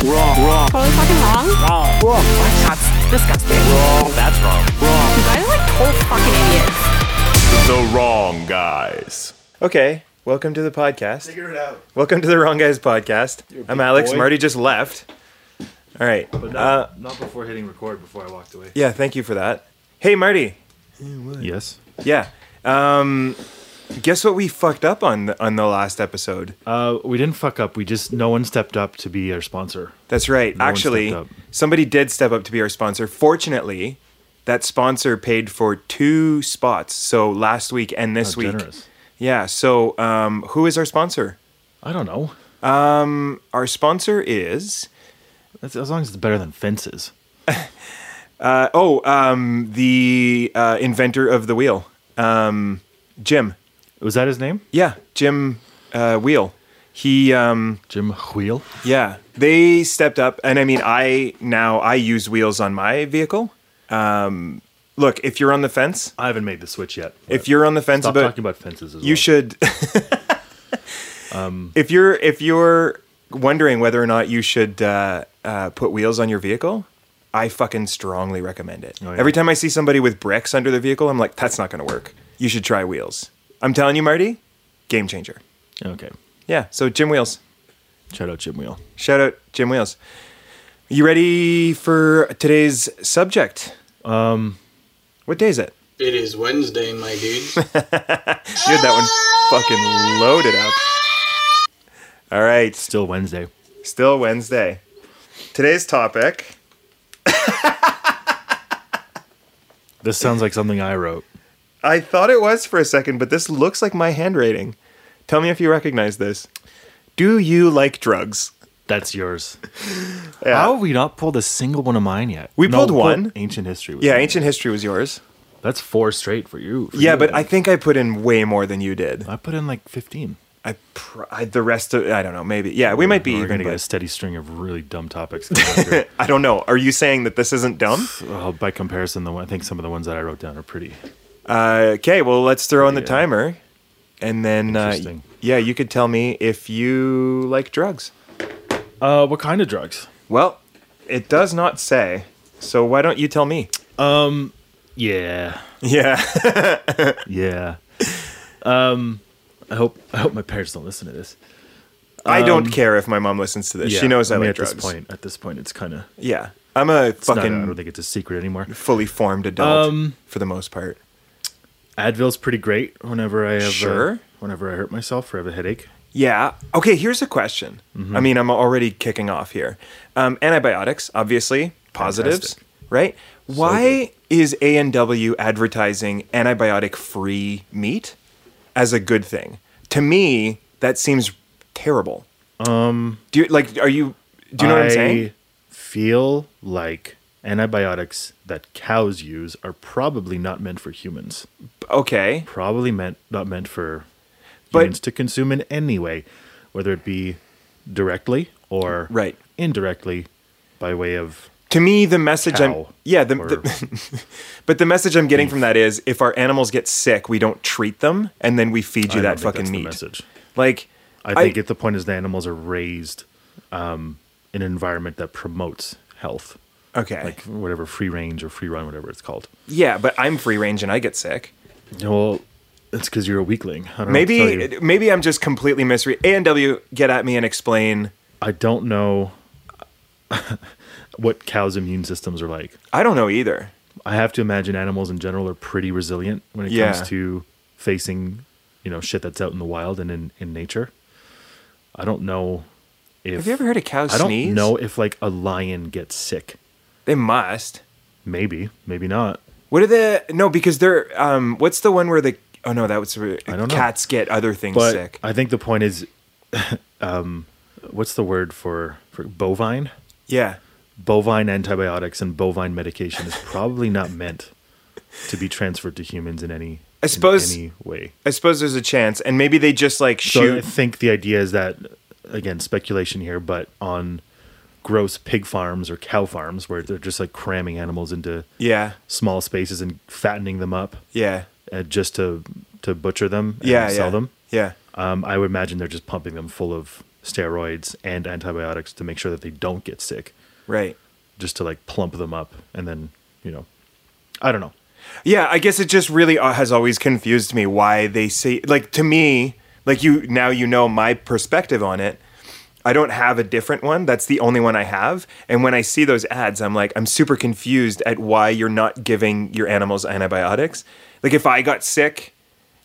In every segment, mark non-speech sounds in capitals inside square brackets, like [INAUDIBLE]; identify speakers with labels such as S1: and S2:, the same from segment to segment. S1: Wrong. Wrong.
S2: Totally fucking wrong.
S1: Wrong. Wrong.
S2: That's disgusting.
S1: Wrong. That's wrong. Wrong.
S2: You guys are like total fucking idiots.
S3: The wrong guys.
S4: Okay, welcome to the podcast.
S5: Figure it out.
S4: Welcome to the Wrong Guys podcast. I'm Alex.
S5: boy.
S4: Marty just left. All right.
S5: But not,
S4: Uh,
S5: not before hitting record, before I walked away.
S4: yeah, thank you for that. Hey, Marty.
S3: Yes.
S4: Yeah. Um, guess what we fucked up on the, on the last episode?
S5: Uh, we didn't fuck up. We just, no one stepped up to be our sponsor.
S4: That's right.
S5: No one
S4: Actually,
S5: stepped up.
S4: somebody did step up to be our sponsor. Fortunately, that sponsor paid for two spots. So last week and this
S5: How
S4: week.
S5: generous.
S4: Yeah. So um, who is our sponsor?
S5: I don't know.
S4: Our sponsor is.
S5: That's, as long as it's better than fences.
S4: Uh, oh, um, the uh, inventor of the wheel, um, Jim.
S5: Was that his name?
S4: Yeah, Jim uh, Wheel. He, um,
S5: Jim Wheel?
S4: yeah, they stepped up, and I mean, I now I use wheels on my vehicle. Um, look, if you're on the fence,
S5: I haven't made the switch yet.
S4: if you're on the fence
S5: Stop
S4: about,
S5: talking about fences as
S4: you
S5: well. Um,
S4: should. [LAUGHS] if you're if you're wondering whether or not you should uh, uh, put wheels on your vehicle. I fucking strongly recommend it.
S5: Oh, yeah.
S4: Every time I see somebody with bricks under their vehicle, I'm like, that's not going to work. You should try wheels. I'm telling you, Marty, game changer.
S5: Okay.
S4: Yeah. So Jim Wheels,
S5: Shout out Jim Wheel.
S4: shout out Jim Wheels. You ready for today's subject? Um, what day is it?
S6: It is Wednesday, my dude.
S4: You had that one fucking loaded up. All right, st-
S5: Still Wednesday.
S4: still Wednesday. Today's topic.
S5: This sounds like something I wrote.
S4: I thought it was for a second, but this looks like my handwriting. Tell me if you recognize this. Do you like drugs?
S5: That's yours.
S4: Yeah.
S5: How have we not pulled a single one of mine yet?
S4: Uh, We pulled
S5: put
S4: one.
S5: Ancient history. was
S4: Yeah,
S5: in
S4: ancient history was yours.
S5: there. That's four straight for you. for
S4: Yeah,
S5: you,
S4: but I think I put in way more than you did.
S5: I put in like 15.
S4: I, pr- I the rest of I don't know. Maybe yeah, we might be
S5: We're
S4: even.
S5: gonna get a
S4: but-
S5: steady string of really dumb topics. after.
S4: I don't know. Are you saying that this isn't dumb?
S5: [SIGHS]
S4: [LAUGHS]
S5: well, Uh, by comparison, the one, I think some of the ones that I wrote down are pretty.
S4: Uh, okay, well let's throw in the
S5: Yeah.
S4: timer, and then uh,
S5: Interesting.
S4: yeah, you could tell me if you like drugs.
S5: Uh, what kind of drugs?
S4: Well, it does not say. So why don't you tell me?
S5: [LAUGHS] Yeah,
S4: Yeah.
S5: [LAUGHS] yeah. um, I hope I hope my parents don't listen to this.
S4: I don't care if my mom listens to this.
S5: Um, Yeah,
S4: she knows I,
S5: mean,
S4: like
S5: at
S4: drugs.
S5: this point. At this point, it's kind of
S4: Yeah. I'm a
S5: I
S4: fucking
S5: don't think it's a secret anymore.
S4: fully formed adult
S5: Um,
S4: for the most part.
S5: Advil's pretty great. Whenever I have uh,
S4: Sure.
S5: whenever I hurt myself or have a headache,
S4: Yeah. Okay, here's a question.
S5: Mm-hmm.
S4: I mean, I'm already kicking off here. Um, antibiotics, obviously, positives,
S5: Fantastic.
S4: right? Why is A&W advertising antibiotic-free meat as a good thing? To me, that seems terrible. Um, do you like are you do you know what I'm saying?
S5: Feel like antibiotics that cows use are probably not meant for humans.
S4: Okay.
S5: probably meant not meant for
S4: But-
S5: humans to consume in any way, whether it be directly or
S4: Right.
S5: indirectly by way of
S4: To me, the message I'm
S5: Cow
S4: yeah, the,
S5: or-
S4: the- [LAUGHS] but the message I'm getting from that is if our animals get sick, we don't treat them, and then we feed you
S5: I don't
S4: that
S5: think
S4: fucking
S5: that's the
S4: meat.
S5: message.
S4: Like,
S5: I think if the point is the animals are raised um, in an environment that promotes health,
S4: okay,
S5: like whatever free range or free run, whatever it's called.
S4: yeah, but I'm free range and I get sick.
S5: Well, it's because you're a weakling. I don't know what to tell
S4: Maybe,
S5: you.
S4: maybe I'm just completely misread. A and W, get at me and explain.
S5: I don't know [LAUGHS] what cows' immune systems are like.
S4: I don't know either.
S5: I have to imagine animals in general are pretty resilient when it
S4: Yeah.
S5: comes to facing, you know, shit that's out in the wild and in, in nature. I don't know if
S4: Have you ever heard a cow
S5: I don't
S4: sneeze?
S5: know if like a lion gets sick.
S4: They must.
S5: Maybe, maybe not.
S4: What are the no? Because they're um. What's the one where the oh no that was
S5: I don't know.
S4: cats get other things
S5: But
S4: sick.
S5: I think the point is, [LAUGHS] um, what's the word for for bovine?
S4: Yeah.
S5: Bovine antibiotics and bovine medication is probably not meant to be transferred to humans in any
S4: I suppose-
S5: in any way.
S4: I suppose there's a chance, and maybe they just like
S5: So I
S4: shoot.
S5: think the idea is that, again, speculation here, but on gross pig farms or cow farms where they're just like cramming animals into
S4: yeah,
S5: small spaces and fattening them up
S4: yeah,
S5: uh, just to to butcher them and
S4: yeah,
S5: sell
S4: yeah.
S5: them.
S4: Yeah,
S5: Um, I would imagine they're just pumping them full of steroids and antibiotics to make sure that they don't get sick,
S4: Right.
S5: just to like plump them up and then, you know, I don't know.
S4: Yeah, I guess it just really uh, has always confused me why they say like to me, like you now you know my perspective on it. I don't have a different one. That's the only one I have. And when I see those ads, I'm like I'm super confused at why you're not giving your animals antibiotics. Like if I got sick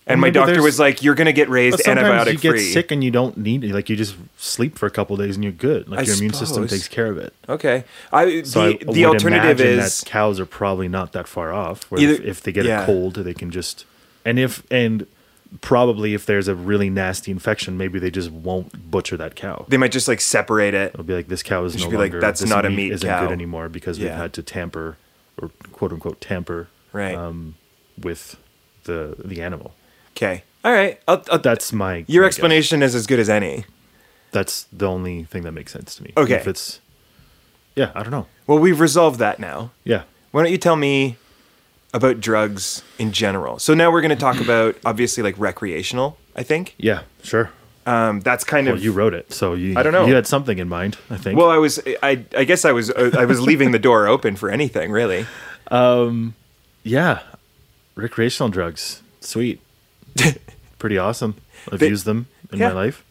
S4: and my
S5: Maybe
S4: doctor
S5: Mm, there's-
S4: was like you're going to get raised
S5: But sometimes
S4: antibiotic
S5: you get
S4: free.
S5: sick and you don't need it. Like you just sleep for a couple days and you're good. Like
S4: I
S5: your immune system
S4: suppose.
S5: takes care of it.
S4: Okay. I
S5: So
S4: the
S5: I
S4: the
S5: would
S4: alternative
S5: imagine
S4: is
S5: that cows are probably not that far off. Where
S4: Either-
S5: if, if they get
S4: yeah.
S5: a cold, they can just and if and probably if there's a really nasty infection, maybe they just won't butcher that cow.
S4: they might just like separate it.
S5: They'll be like, this cow is no
S4: should be like,
S5: longer.
S4: "That's
S5: this
S4: not a meat
S5: isn't
S4: cow."
S5: good anymore because we've
S4: Yeah.
S5: had to tamper or quote unquote tamper
S4: Right.
S5: um, with the the animal.
S4: Okay. All right. I'll, I'll,
S5: That's my
S4: your
S5: my guess.
S4: explanation is as good as any.
S5: That's the only thing that makes sense to me.
S4: Okay.
S5: If it's yeah, I don't know.
S4: Well, we've resolved that now.
S5: Yeah.
S4: Why don't you tell me about drugs in general? So now we're going to
S5: [CLEARS THROAT]
S4: talk about obviously like recreational. I think
S5: Yeah. Sure.
S4: um, that's kind
S5: Well,
S4: of
S5: you wrote it, so you.
S4: I don't know.
S5: You had something in mind, I think.
S4: Well, I was I I guess I was uh, I was leaving the door open for anything really.
S5: yeah, recreational drugs, [LAUGHS] sweet, pretty awesome. I've
S4: They-
S5: used them in
S4: yeah.
S5: my life.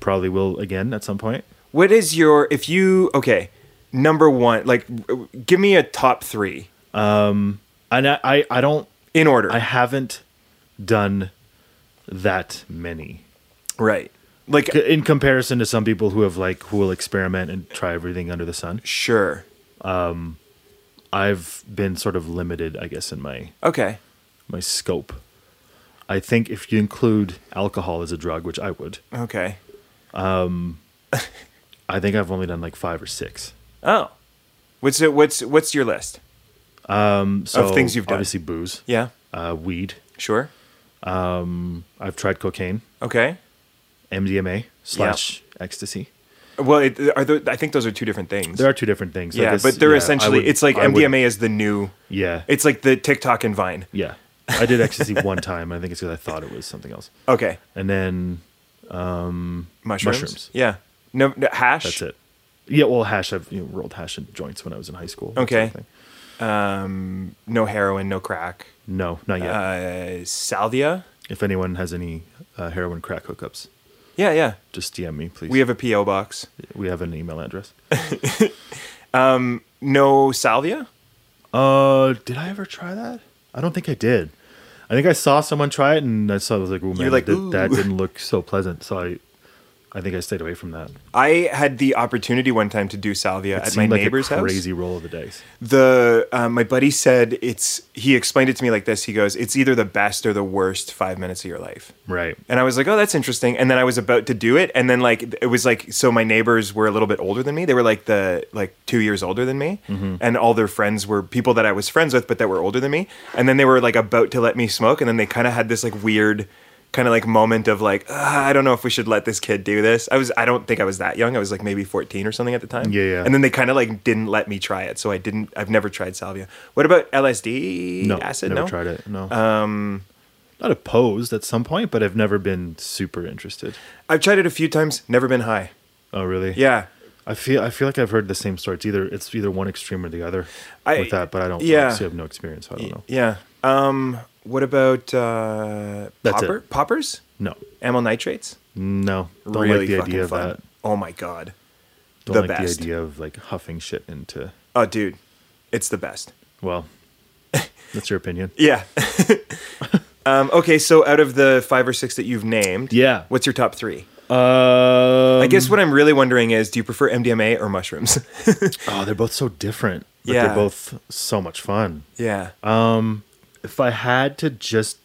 S5: Probably will again at some point.
S4: What is your if you okay number one like w- give me a top three
S5: And I, I, I don't.
S4: in order
S5: I haven't done that many
S4: right like
S5: C- in comparison to some people who have like who will experiment and try everything under the sun.
S4: sure
S5: I've been sort of limited, I guess, in my
S4: okay
S5: my scope. I think if you include alcohol as a drug, which I would,
S4: okay
S5: I think I've only done like five or six.
S4: oh what's it what's what's your list
S5: So
S4: Mm, things you've done.
S5: Obviously, booze.
S4: yeah
S5: Uh, weed.
S4: sure
S5: I've tried cocaine,
S4: okay
S5: MDMA slash ecstasy.
S4: well it, are there, I think those are two different things
S5: There are two different things. I
S4: yeah,
S5: guess-
S4: but they're
S5: yeah, I
S4: essentially
S5: would-
S4: it's like
S5: I would-
S4: MDMA is the new
S5: yeah,
S4: it's like the TikTok and Vine.
S5: yeah. I did ecstasy [LAUGHS] one time. I think it's because I thought it was something else.
S4: Okay.
S5: And then
S4: Mushrooms.
S5: Mushrooms.
S4: Yeah. No, no hash.
S5: that's it. Yeah, well, hash. I've you know, rolled hash and joints when I was in high school. that
S4: Okay.
S5: sort of thing.
S4: No heroin, no crack.
S5: No, not yet.
S4: Uh, salvia?
S5: if anyone has any uh, heroin crack hookups,
S4: Yeah, yeah.
S5: just DM me, please.
S4: We have a PO box.
S5: we have an email address.
S4: No salvia?
S5: Uh, did I ever try that? I don't think I did. I think I saw someone try it, and I saw I was like, "Oh man,
S4: like,
S5: that, that
S4: "Ooh."
S5: didn't look so pleasant." So I, I think I stayed away from that.
S4: I had the opportunity one time to do salvia at my
S5: Seemed like a
S4: neighbor's house.
S5: Crazy roll of the dice.
S4: The uh, my buddy said it's he explained it to me like this. He goes, "It's either the best or the worst 5 minutes of your life."
S5: Right.
S4: And I was like, oh, that's interesting. And then I was about to do it, and then like it was like so my neighbors were a little bit older than me. They were like the like two years older than me,
S5: Mm-hmm.
S4: and all their friends were people that I was friends with, but that were older than me. And then they were like about to let me smoke, and then they kind of had this like weird kind of like moment of like "Ah, I don't know if we should let this kid do this. I was I don't think I was that young. I was like maybe 14 or something at the time.
S5: Yeah, yeah.
S4: And then they kind of like didn't let me try it. So I didn't I've never tried salvia. What about LSD
S5: No,
S4: acid?
S5: never
S4: no.
S5: tried it. No. Um, not opposed at some point, but I've never been super interested.
S4: I've tried it a few times, never been high.
S5: Oh really?
S4: Yeah.
S5: I feel I feel like I've heard the same story. It's either it's either one extreme or the other
S4: I-
S5: with that, but I don't.
S4: yeah.
S5: Yeah. Obviously, have no experience. So I don't know.
S4: Yeah. Um. What about uh,
S5: That's
S4: popper,
S5: it.
S4: poppers?
S5: No.
S4: Amyl nitrates?
S5: No. Don't like the idea of that.
S4: Oh my god.
S5: Don't
S4: The
S5: like
S4: best.
S5: the idea of like huffing shit into.
S4: Oh, dude, it's the best.
S5: [LAUGHS] Well, that's your opinion.
S4: Yeah. [LAUGHS] um. Okay. So out of the five or six that you've named,
S5: Yeah.
S4: What's your top three?
S5: Uh,
S4: I guess what I'm really wondering is, do you prefer MDMA or mushrooms? [LAUGHS]
S5: oh, they're both so different. But
S4: Yeah.
S5: They're both so much fun.
S4: yeah.
S5: If I had to just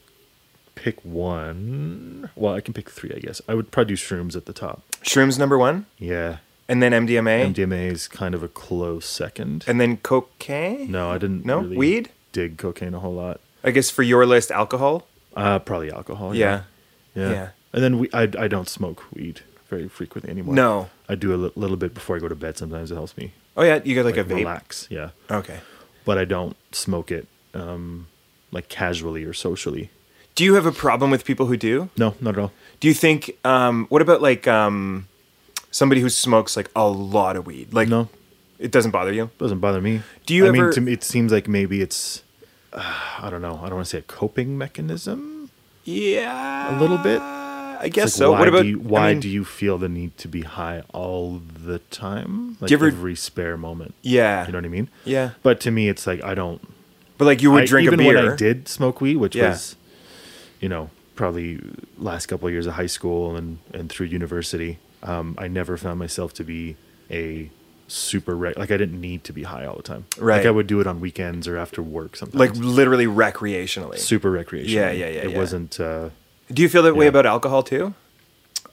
S5: pick one, well, I can pick three, I guess. I would probably do shrooms at the top.
S4: Shrooms number one,
S5: Yeah.
S4: and then MDMA,
S5: MDMA is kind of a close second.
S4: and then cocaine.
S5: no, I didn't.
S4: No?
S5: really
S4: Weed?
S5: Dig cocaine a whole lot.
S4: I guess for your list, alcohol.
S5: Uh, probably alcohol.
S4: Yeah.
S5: Yeah. Yeah.
S4: Yeah.
S5: And then we, I, I don't smoke weed very frequently anymore.
S4: No.
S5: I do a li- little bit before I go to bed. Sometimes it helps me
S4: Oh yeah, you got like, a vape.
S5: relax. Yeah.
S4: Okay.
S5: but I don't smoke it um, like casually or socially.
S4: Do you have a problem with people who do?
S5: No, not at all.
S4: Do you think? Um, what about like um, somebody who smokes like a lot of weed. Like
S5: No.
S4: it doesn't bother you.
S5: Doesn't bother me.
S4: Do you
S5: I
S4: ever-
S5: mean, to me, it seems like maybe it's. Uh, I don't know. I don't want to say a coping mechanism.
S4: Yeah,
S5: A little bit?
S4: I
S5: It's
S4: guess
S5: like,
S4: so.
S5: Why
S4: what about
S5: Do you, why
S4: I mean,
S5: do you feel the need to be high all the time? Like
S4: you ever-
S5: every spare moment.
S4: Yeah.
S5: You know what I mean?
S4: Yeah.
S5: But to me, it's like I don't.
S4: But like you would
S5: I-
S4: drink
S5: even
S4: a beer.
S5: when I did smoke weed, which
S4: Yeah.
S5: was, you know, probably last couple of years of high school and and through university, um, I never found myself to be a super reg- like I didn't need to be high all the time.
S4: Right.
S5: Like I would do it on weekends or after work sometimes.
S4: Like literally recreationally.
S5: super recreation.
S4: Yeah, yeah, yeah,
S5: It
S4: yeah.
S5: wasn't. uh
S4: Do you feel that way
S5: Yeah.
S4: about alcohol too?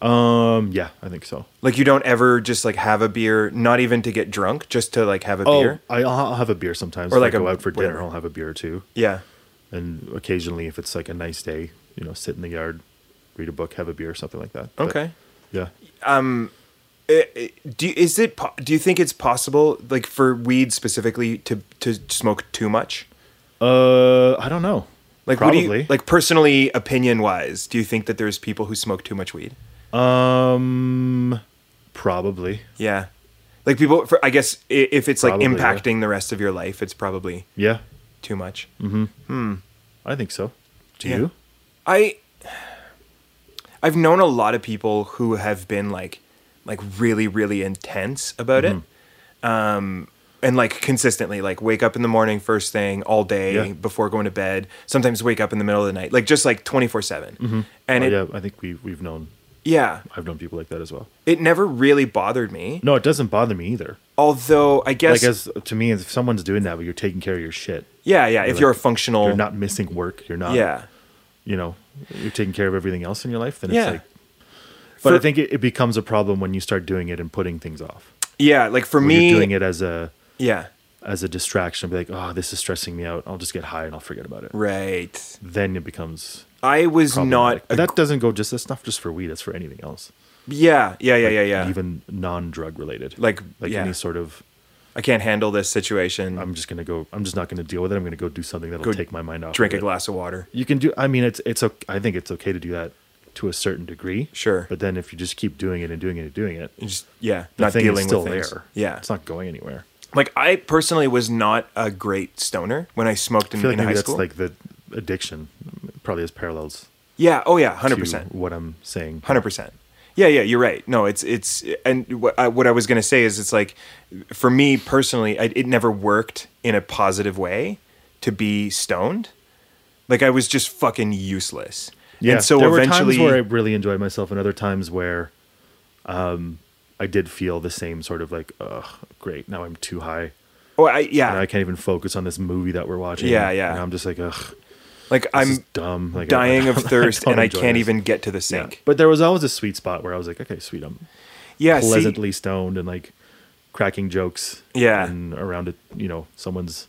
S5: Um. Yeah, I think so.
S4: Like you don't ever just like have a beer, not even to get drunk, just to like have a beer.
S5: Oh, I, I'll have a beer sometimes.
S4: Or
S5: Or
S4: like
S5: like
S4: a-
S5: go out for
S4: whatever.
S5: dinner, I'll have a beer too.
S4: Yeah.
S5: And occasionally, if it's like a nice day, you know, sit in the yard, read a book, have a beer, something like that. But,
S4: Okay. Eh,
S5: yeah.
S4: do you- is it po- do you think it's possible like for weed specifically to to smoke too much?
S5: Uh, I don't know.
S4: Like what do
S5: probably.
S4: you- like personally opinion wise, do you think that there's people who smoke too much weed?
S5: um, probably.
S4: Yeah. Like people for I guess i- if it's
S5: Probably,
S4: like
S5: yeah.
S4: impacting the rest of your life, it's probably
S5: Yeah,
S4: too much.
S5: Mm. I think so. Do
S4: Yeah.
S5: you?
S4: I I've known a lot of people who have been like like really really intense about it. Um
S5: Mm-hmm.
S4: and like consistently like wake up in the morning first thing all day
S5: Yeah.
S4: before going to bed sometimes wake up in the middle of the night like just like 24/7 and
S5: Oh,
S4: it
S5: yeah, I think we we've known.
S4: yeah
S5: I've known people like that as well.
S4: it never really bothered me
S5: No, it doesn't bother me either.
S4: although I guess
S5: Like as to me, if someone's doing that, but you're taking care of your shit,
S4: yeah yeah if
S5: like,
S4: you're a functional
S5: you're not um, missing work. You're not.
S4: Oh. yeah
S5: you know, you're taking care of everything else in your life, then
S4: Yeah.
S5: it's like. But
S4: For-
S5: I think it, it becomes a problem when you start doing it and putting things off.
S4: yeah like for
S5: When
S4: me
S5: you're doing it as a
S4: yeah
S5: as a distraction, be like, oh, this is stressing me out. I'll just get high and I'll forget about it.
S4: right
S5: Then it becomes
S4: I was not
S5: problematic. But that doesn't go just. That's not just for weed. It's for anything else.
S4: yeah yeah yeah yeah yeah
S5: Even non-drug related.
S4: Like-
S5: like
S4: yeah.
S5: any sort of.
S4: I can't handle this situation.
S5: I'm just gonna go. I'm just not gonna deal with it. I'm gonna go do something that'll
S4: Go
S5: take my mind off.
S4: drink
S5: of
S4: a
S5: it.
S4: glass of water.
S5: You can do. I mean, it's it's. ok- I think it's okay to do that to a certain degree.
S4: Sure.
S5: But then if you just keep doing it and doing it and doing it,
S4: You just yeah,
S5: the
S4: not
S5: thing
S4: dealing
S5: is still
S4: with things.
S5: there.
S4: Yeah,
S5: it's not going anywhere.
S4: like I personally was not a great stoner when I smoked
S5: I
S4: in,
S5: feel like
S4: in
S5: maybe
S4: high
S5: that's
S4: school.
S5: like the addiction probably has parallels.
S4: yeah, oh yeah,
S5: to
S4: hundred percent,
S5: What I'm saying.
S4: hundred percent. Yeah, yeah, you're right. No, it's it's and what I, what I was gonna say is it's like for me personally, I, it never worked in a positive way to be stoned. Like I was just fucking useless.
S5: Yeah.
S4: and so
S5: there
S4: eventually,
S5: were times where I really enjoyed myself, and other times where, um, I did feel the same sort of like, oh, great, now I'm too high,
S4: oh I, yeah,
S5: and I can't even focus on this movie that we're watching.
S4: Yeah, yeah.
S5: And I'm just like, ugh,
S4: like
S5: this is
S4: I'm
S5: dumb, like I-
S4: dying of
S5: [LAUGHS] I
S4: thirst
S5: don't
S4: and I
S5: enjoy
S4: can't
S5: this.
S4: even get to the
S5: Yeah.
S4: sink.
S5: But there was always a sweet spot where I was like, okay, sweet, I'm
S4: Yeah, see-
S5: pleasantly stoned and like cracking jokes.
S4: Yeah.
S5: And around it, you know, someone's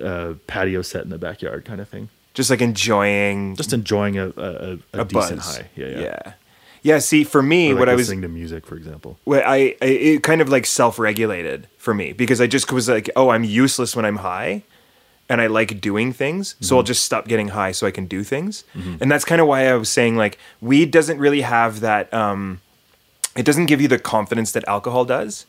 S5: uh, patio set in the backyard kind of thing.
S4: just like enjoying
S5: Just enjoying a, a, a,
S4: a
S5: decent
S4: buzz.
S5: high. Yeah. Yeah.
S4: yeah. Yeah, See, for me,
S5: Or, like,
S4: what I was,
S5: listening to music, for example.
S4: what I, I it kind of like self-regulated for me because I just was like, oh, I'm useless when I'm high, and I like doing things, so
S5: Mm-hmm.
S4: I'll just stop getting high so I can do things, and that's kind of why I was saying like weed doesn't really have that. um It doesn't give you the confidence that alcohol does.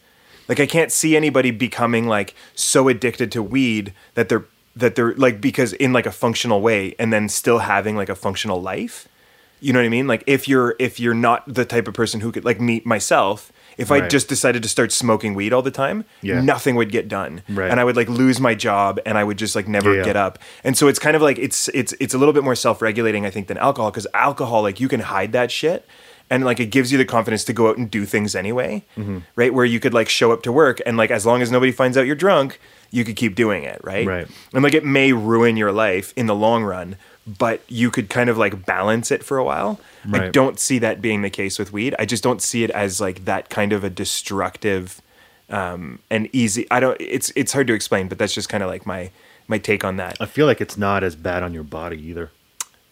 S4: Like I can't see anybody becoming like so addicted to weed that they're that they're like because in like a functional way and then still having like a functional life. You know what I mean? Like if you're if you're not the type of person who could like me myself, if I
S5: Right.
S4: just decided to start smoking weed all the time,
S5: Yeah.
S4: nothing would get done.
S5: Right.
S4: And I would like lose my job and I would just like never
S5: Yeah, yeah.
S4: get up. And so it's kind of like it's it's it's a little bit more self-regulating I think than alcohol cuz alcohol like you can hide that shit and like it gives you the confidence to go out and do things anyway.
S5: Mm-hmm.
S4: Right? Where you could like show up to work and like as long as nobody finds out you're drunk, you could keep doing it, right?
S5: Right.
S4: And like it may ruin your life in the long run, but you could kind of like balance it for a while. I
S5: Right.
S4: don't see that being the case with weed. I just don't see it as like that kind of a destructive um and easy I don't it's it's hard to explain, but that's just kind of like my my take on that.
S5: I feel like it's not as bad on your body either.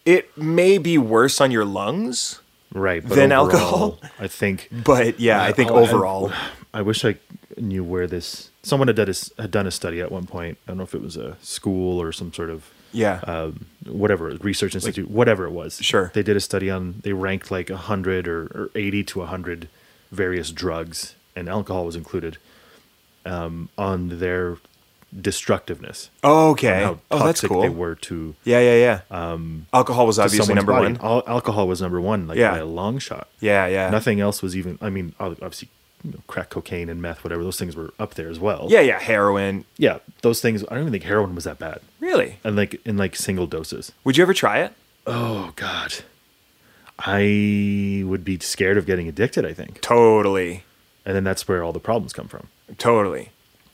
S4: It may be worse on your lungs,
S5: Right. But
S4: Than
S5: overall,
S4: alcohol?
S5: I [LAUGHS] think.
S4: but yeah, I think
S5: Oh,
S4: overall
S5: I wish I knew where this. Someone had done, a, s- had done a study at one point. I don't know if it was a school or some sort of
S4: yeah.
S5: um, whatever research institute, whatever it was.
S4: Sure.
S5: they did a study on they ranked like hundred or, or eighty to hundred various drugs, and alcohol was included, um, on their destructiveness.
S4: Okay.
S5: How
S4: oh, that's
S5: toxic
S4: cool.
S5: they were to,
S4: Yeah, yeah, yeah. Alcohol was
S5: to
S4: obviously
S5: someone's
S4: number
S5: body.
S4: one.
S5: Al- alcohol was number one, like
S4: Yeah.
S5: by a long shot.
S4: Yeah, yeah.
S5: Nothing else was even. I mean, ob- obviously, you know, crack cocaine and meth, whatever. Those things were up there as well.
S4: Yeah, yeah. Heroin.
S5: yeah. Those things. I don't even think heroin was that bad,
S4: Really?
S5: and like in like single doses.
S4: Would you ever try it?
S5: Oh God, I would be scared of getting addicted. I think,
S4: Totally.
S5: and then that's where all the problems come from.
S4: Totally.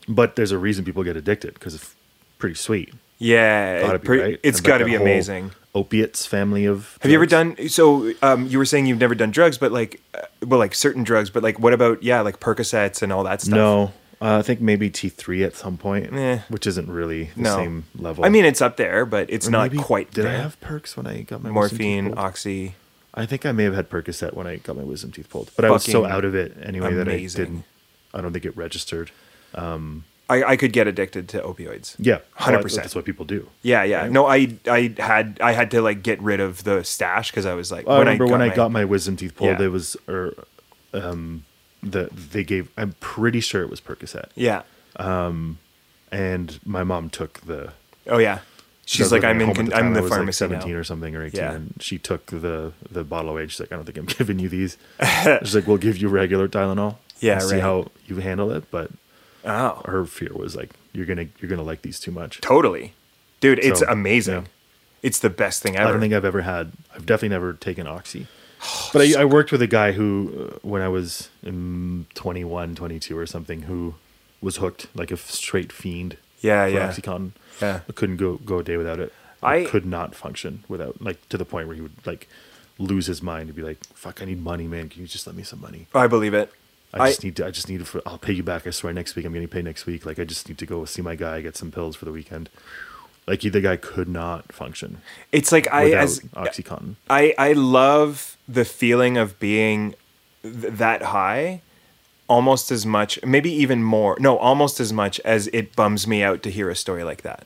S5: But there's a reason people get addicted because it's pretty sweet.
S4: Yeah.
S5: Gotta
S4: It
S5: be,
S4: pre-
S5: right?
S4: It's
S5: And, like,
S4: got to
S5: that
S4: be
S5: whole
S4: amazing.
S5: Opiates family of.
S4: Have you ever
S5: drugs.
S4: done so? Um, you were saying you've never done drugs, but like, uh, well, like certain drugs, but like, what about yeah, like Percocets and all that stuff?
S5: No, uh, I think maybe T three at some point,
S4: Eh.
S5: which isn't really the
S4: no.
S5: same level.
S4: I mean, it's up there, but it's
S5: Or
S4: not
S5: maybe-
S4: quite.
S5: Did I
S4: there.
S5: have perks when I got my wisdom teeth
S4: morphine, uh,
S5: pulled?
S4: oxy?
S5: I think I may have had Percocet when I got my wisdom teeth pulled, but I was so
S4: Fucking
S5: out of it anyway that I
S4: amazing.
S5: didn't. I don't think it registered.
S4: I, I could get addicted to opioids.
S5: Yeah, well,
S4: 100%.
S5: That's what people do.
S4: Yeah, yeah. No, I I had I had to like get rid of the stash because I was like,
S5: I Oh, remember when I
S4: my-
S5: got my wisdom teeth pulled,
S4: Yeah.
S5: it was or um the they gave. I'm pretty sure it was Percocet,
S4: yeah.
S5: and my mom took the.
S4: Oh yeah. She's
S5: I was
S4: like, I'm in.
S5: living at home
S4: Con-
S5: at
S4: I'm
S5: time. I
S4: the
S5: was, like,
S4: pharmacy now.
S5: Seventeen or something or eighteen,
S4: Yeah.
S5: and she took the the bottle of age. She's like, I don't think I'm giving
S4: [LAUGHS]
S5: you these. She's like, we'll give you regular Tylenol.
S4: Yeah,
S5: and see
S4: right.
S5: how you handle it, but
S4: Oh,
S5: her fear was like you're gonna you're gonna like these too much.
S4: totally, dude. It's
S5: So,
S4: amazing.
S5: yeah.
S4: It's the best thing ever. Oh,
S5: I don't think I've ever had. I've definitely never
S4: [SIGHS]
S5: taken oxy. But I, I worked with a guy who, uh, when I was um, 21, 22 or something, who was hooked like a f- straight fiend.
S4: Yeah,
S5: for
S4: yeah.
S5: OxyContin.
S4: Yeah.
S5: I couldn't go go a day without it. I,
S4: I-
S5: could not function without, like, to the point where he would like lose his mind and be like, "Fuck, I need money, man. Can you just let me some money?
S4: I believe it.
S5: I
S4: I,
S5: just need to. I just need. For, I'll pay you back. I swear. Next week, I'm getting paid next week. Like, I just need to go see my guy, get some pills for the weekend. Like, he, the guy could not function
S4: it's like I
S5: without
S4: as
S5: OxyContin.
S4: I I love the feeling of being th- that high almost as much, maybe even more. No, almost as much as it bums me out to hear a story like that.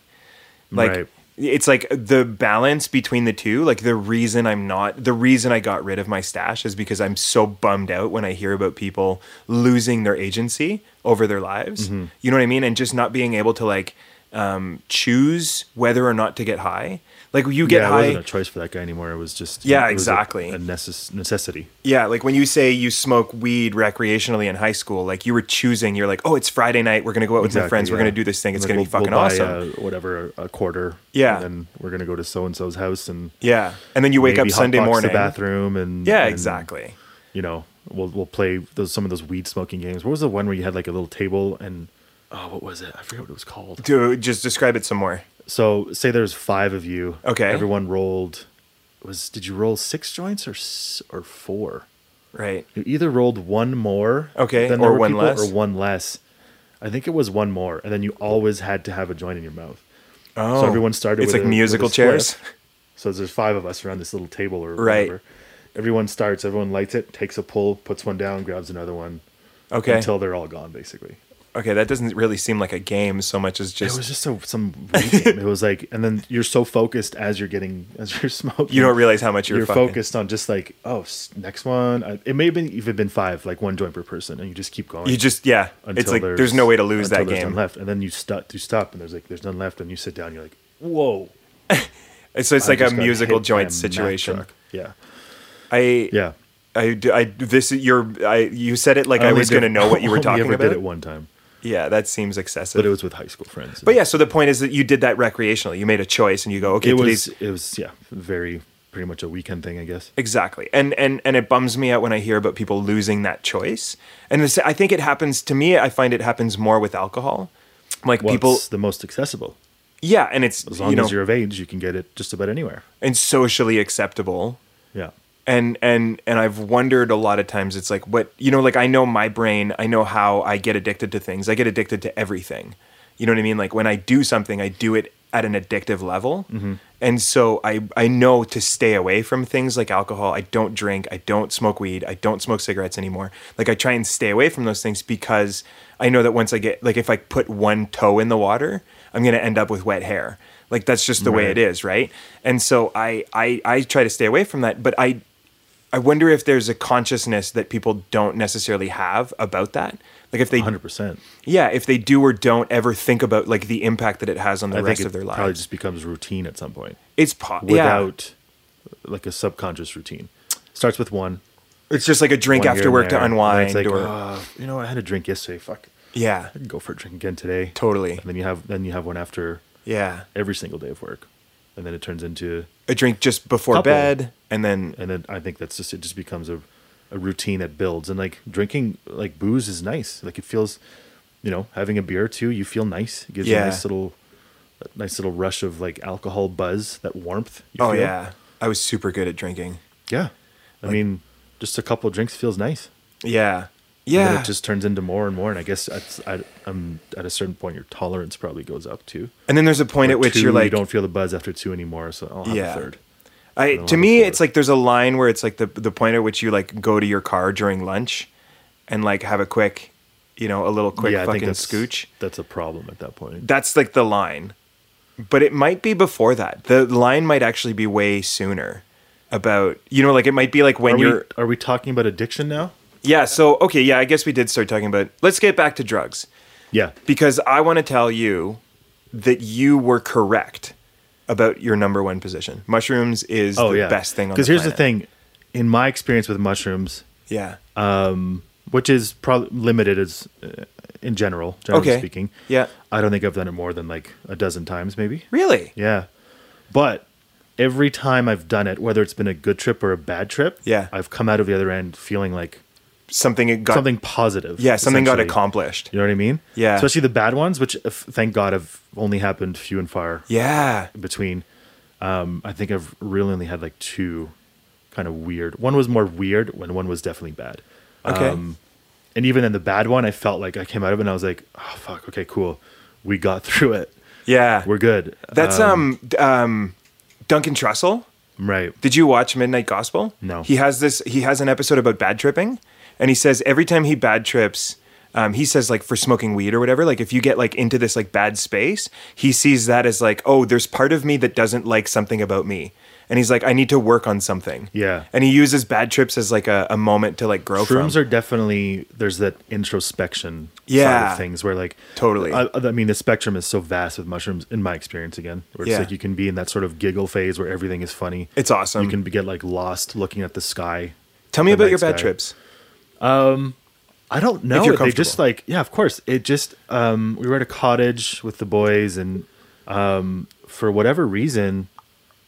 S4: Like
S5: Right.
S4: it's like the balance between the two. Like the reason I'm not the reason I got rid of my stash is because I'm so bummed out when I hear about people losing their agency over their lives.
S5: Mm-hmm.
S4: You know what I mean? And just not being able to like um, choose whether or not to get high. Like you get
S5: yeah,
S4: high.
S5: it wasn't a choice for that guy anymore. It was just
S4: Yeah,
S5: it was a-
S4: exactly.
S5: a, necess- necessity.
S4: Yeah, like when you say you smoke weed recreationally in high school, like you were choosing, you're like, oh, it's Friday night, we're gonna go out with my
S5: Exactly,
S4: friends, we're gonna
S5: yeah.
S4: do this thing, it's
S5: Like,
S4: gonna
S5: we'll-
S4: be fucking
S5: we'll buy,
S4: awesome.
S5: uh, whatever, a quarter.
S4: Yeah.
S5: and then we're gonna go to so and so's house and
S4: yeah, and then you wake
S5: maybe
S4: up Sunday
S5: hotbox
S4: morning.
S5: the bathroom and
S4: Yeah,
S5: and,
S4: exactly.
S5: You know, we'll we'll play those some of those weed smoking games. What was the one where you had like a little table and oh, what was it? I forget what it was called.
S4: To just describe it some more.
S5: So say there's five of you.
S4: Okay.
S5: everyone rolled. Was did you roll six joints or s- or four?
S4: Right.
S5: You either rolled one more,
S4: Okay,
S5: than
S4: or
S5: there were
S4: one
S5: people,
S4: less.
S5: or one less. I think it was one more, and then you always had to have a joint in your mouth.
S4: Oh,
S5: so everyone started.
S4: It's
S5: with
S4: like
S5: a- with a
S4: musical
S5: spliff.
S4: chairs.
S5: [LAUGHS] So there's five of us around this little table, or
S4: Right.
S5: whatever. Everyone starts. Everyone lights it, takes a pull, puts one down, grabs another one,
S4: Okay.
S5: until they're all gone, basically.
S4: okay, that doesn't really seem like a game so much as
S5: It
S4: just
S5: was just a,
S4: [LAUGHS]
S5: some. weird game. It was like, and then you're so focused as you're getting as you're [LAUGHS] smoking.
S4: you don't realize how much you're,
S5: you're
S4: fucking-
S5: focused on just like oh s- next one. I- It may have been even been five, like one joint per person, and you just keep going.
S4: You just yeah.
S5: until
S4: it's like there's, no way to lose
S5: until
S4: that
S5: there's none
S4: game.
S5: left, and then you stop. You stop, and there's like there's none left, and you sit down. You're like, whoa!
S4: It's so it's
S5: I
S4: like a
S5: just got
S4: musical
S5: hit by a
S4: joint
S5: Mack
S4: situation.
S5: truck. Yeah,
S4: I
S5: yeah.
S4: I, do- I this you're I you said it like I,
S5: only
S4: was
S5: did-
S4: gonna know what you were
S5: [LAUGHS] only
S4: talking
S5: ever
S4: about.
S5: Did it one time,
S4: Yeah, that seems excessive.
S5: but it was with high school friends.
S4: But yeah, so the point is that you did that recreationally. You made a choice and you go, okay,
S5: it
S4: today's
S5: was it was yeah, very pretty much a weekend thing, I guess.
S4: exactly. And and and it bums me out when I hear about people losing that choice. And this, I think it happens to me. I find it happens more with alcohol. Like
S5: Well,
S4: people,
S5: it's the most accessible.
S4: yeah, and it's
S5: As long
S4: you know
S5: as you're of age, you can get it just about anywhere.
S4: and socially acceptable.
S5: Yeah,
S4: and and and I've wondered a lot of times it's like what you know like I know my brain I know how I get addicted to things I get addicted to everything you know what I mean like when I do something I do it at an addictive level and so I I know to stay away from things like alcohol I don't drink I don't smoke weed I don't smoke cigarettes anymore like I try and stay away from those things because I know that once I get like if I put one toe in the water I'm going to end up with wet hair like that's just the way it is right and so I I I try to stay away from that but I I wonder if there's a consciousness that people don't necessarily have about that. Like if they,
S5: 100%.
S4: yeah, if they do or don't ever think about like the impact that it has on the
S5: I
S4: rest
S5: think it
S4: of their lives.
S5: probably just becomes routine at some point
S4: it's po- yeah.
S5: without like a subconscious routine. Starts with one.
S4: It's just like a drink
S5: one here
S4: after
S5: and
S4: work
S5: there,
S4: to
S5: and
S4: unwind
S5: It's like,
S4: or
S5: "Ah, you know, I had a drink yesterday. Fuck,
S4: yeah,
S5: I can go for a drink again today.
S4: Totally.
S5: And then you have then you have one after
S4: yeah.
S5: every single day of work, and then it turns into
S4: A drink just before
S5: Couple.
S4: bed and then
S5: and then I think that's just it just becomes a a routine that builds and like drinking like booze is nice. Like it feels, you know, having a beer or two, you feel nice. It gives you
S4: Yeah.
S5: a nice little. a Nice little rush of like alcohol buzz, that warmth. You
S4: oh
S5: feel.
S4: yeah, I was super good at drinking.
S5: Yeah. I mean, just a couple of drinks feels nice.
S4: Yeah,
S5: And then
S4: yeah.
S5: it just turns into more and more. And I guess at, at, um, at a certain point, your tolerance probably goes up too.
S4: and then there's a point
S5: Or
S4: at which
S5: two,
S4: you you're like,
S5: you don't feel the buzz after two anymore. So I'll have
S4: Yeah.
S5: a third.
S4: I,
S5: don't
S4: to
S5: have a
S4: me,
S5: fork.
S4: it's like there's a line where it's like the the point at which you like go to your car during lunch, and like have a quick, you know, a little quick
S5: yeah, I think
S4: fucking
S5: that's,
S4: scooch.
S5: that's a problem at that point.
S4: That's like the line, but it might be before that. The line might actually be way sooner. About you know, like it might be like when
S5: Are
S4: you're
S5: we, are we talking about addiction now?
S4: yeah. So okay, yeah, I guess we did start talking about. Let's get back to drugs.
S5: Yeah.
S4: because I want to tell you that you were correct about your number one position. Mushrooms is
S5: Oh,
S4: the
S5: yeah.
S4: best thing on
S5: Because
S4: the
S5: here's the
S4: planet.
S5: thing in my experience with mushrooms,
S4: Yeah.
S5: Uh, which is probably limited as uh, in general, generally
S4: Okay.
S5: speaking.
S4: Yeah.
S5: I don't think I've done it more than like a dozen times, maybe.
S4: really?
S5: Yeah. But every time I've done it, whether it's been a good trip or a bad trip,
S4: Yeah.
S5: I've come out of the other end feeling like
S4: Something it got
S5: something positive.
S4: Yeah, something got
S5: essentially.
S4: accomplished.
S5: You know what I mean?
S4: Yeah.
S5: Especially the bad ones, which uh, f- thank God have only happened few and far
S4: Yeah.
S5: between. Um, I think I've really only had like two kind of weird. One was more weird when one was definitely bad.
S4: Okay.
S5: Um, and even then the bad one, I felt like I came out of it and I was like, oh, fuck, okay, cool. We got [LAUGHS] through it.
S4: yeah.
S5: We're good.
S4: That's um d- um Duncan Trussell.
S5: Um, right.
S4: Did you watch Midnight Gospel?
S5: No.
S4: He has this. He has an episode about bad tripping, and he says every time he bad trips, um, he says like for smoking weed or whatever. Like if you get like into this like bad space, he sees that as like oh, there's part of me that doesn't like something about me, and he's like I need to work on something.
S5: Yeah.
S4: And he uses bad trips as like a, a moment to like grow
S5: Shrooms
S4: from.
S5: are definitely there's that introspection side
S4: Yeah.
S5: of things where like
S4: Totally.
S5: I, I mean the spectrum is so vast with mushrooms in my experience again where it's
S4: Yeah.
S5: like you can be in that sort of giggle phase where everything is funny.
S4: It's awesome.
S5: You can be, get like lost looking at the sky.
S4: Tell me
S5: the
S4: about your
S5: night
S4: bad
S5: sky.
S4: trips.
S5: I don't know.
S4: you're
S5: They just
S4: comfortable.
S5: like yeah, of course. It just um, we were at a cottage with the boys and um, for whatever reason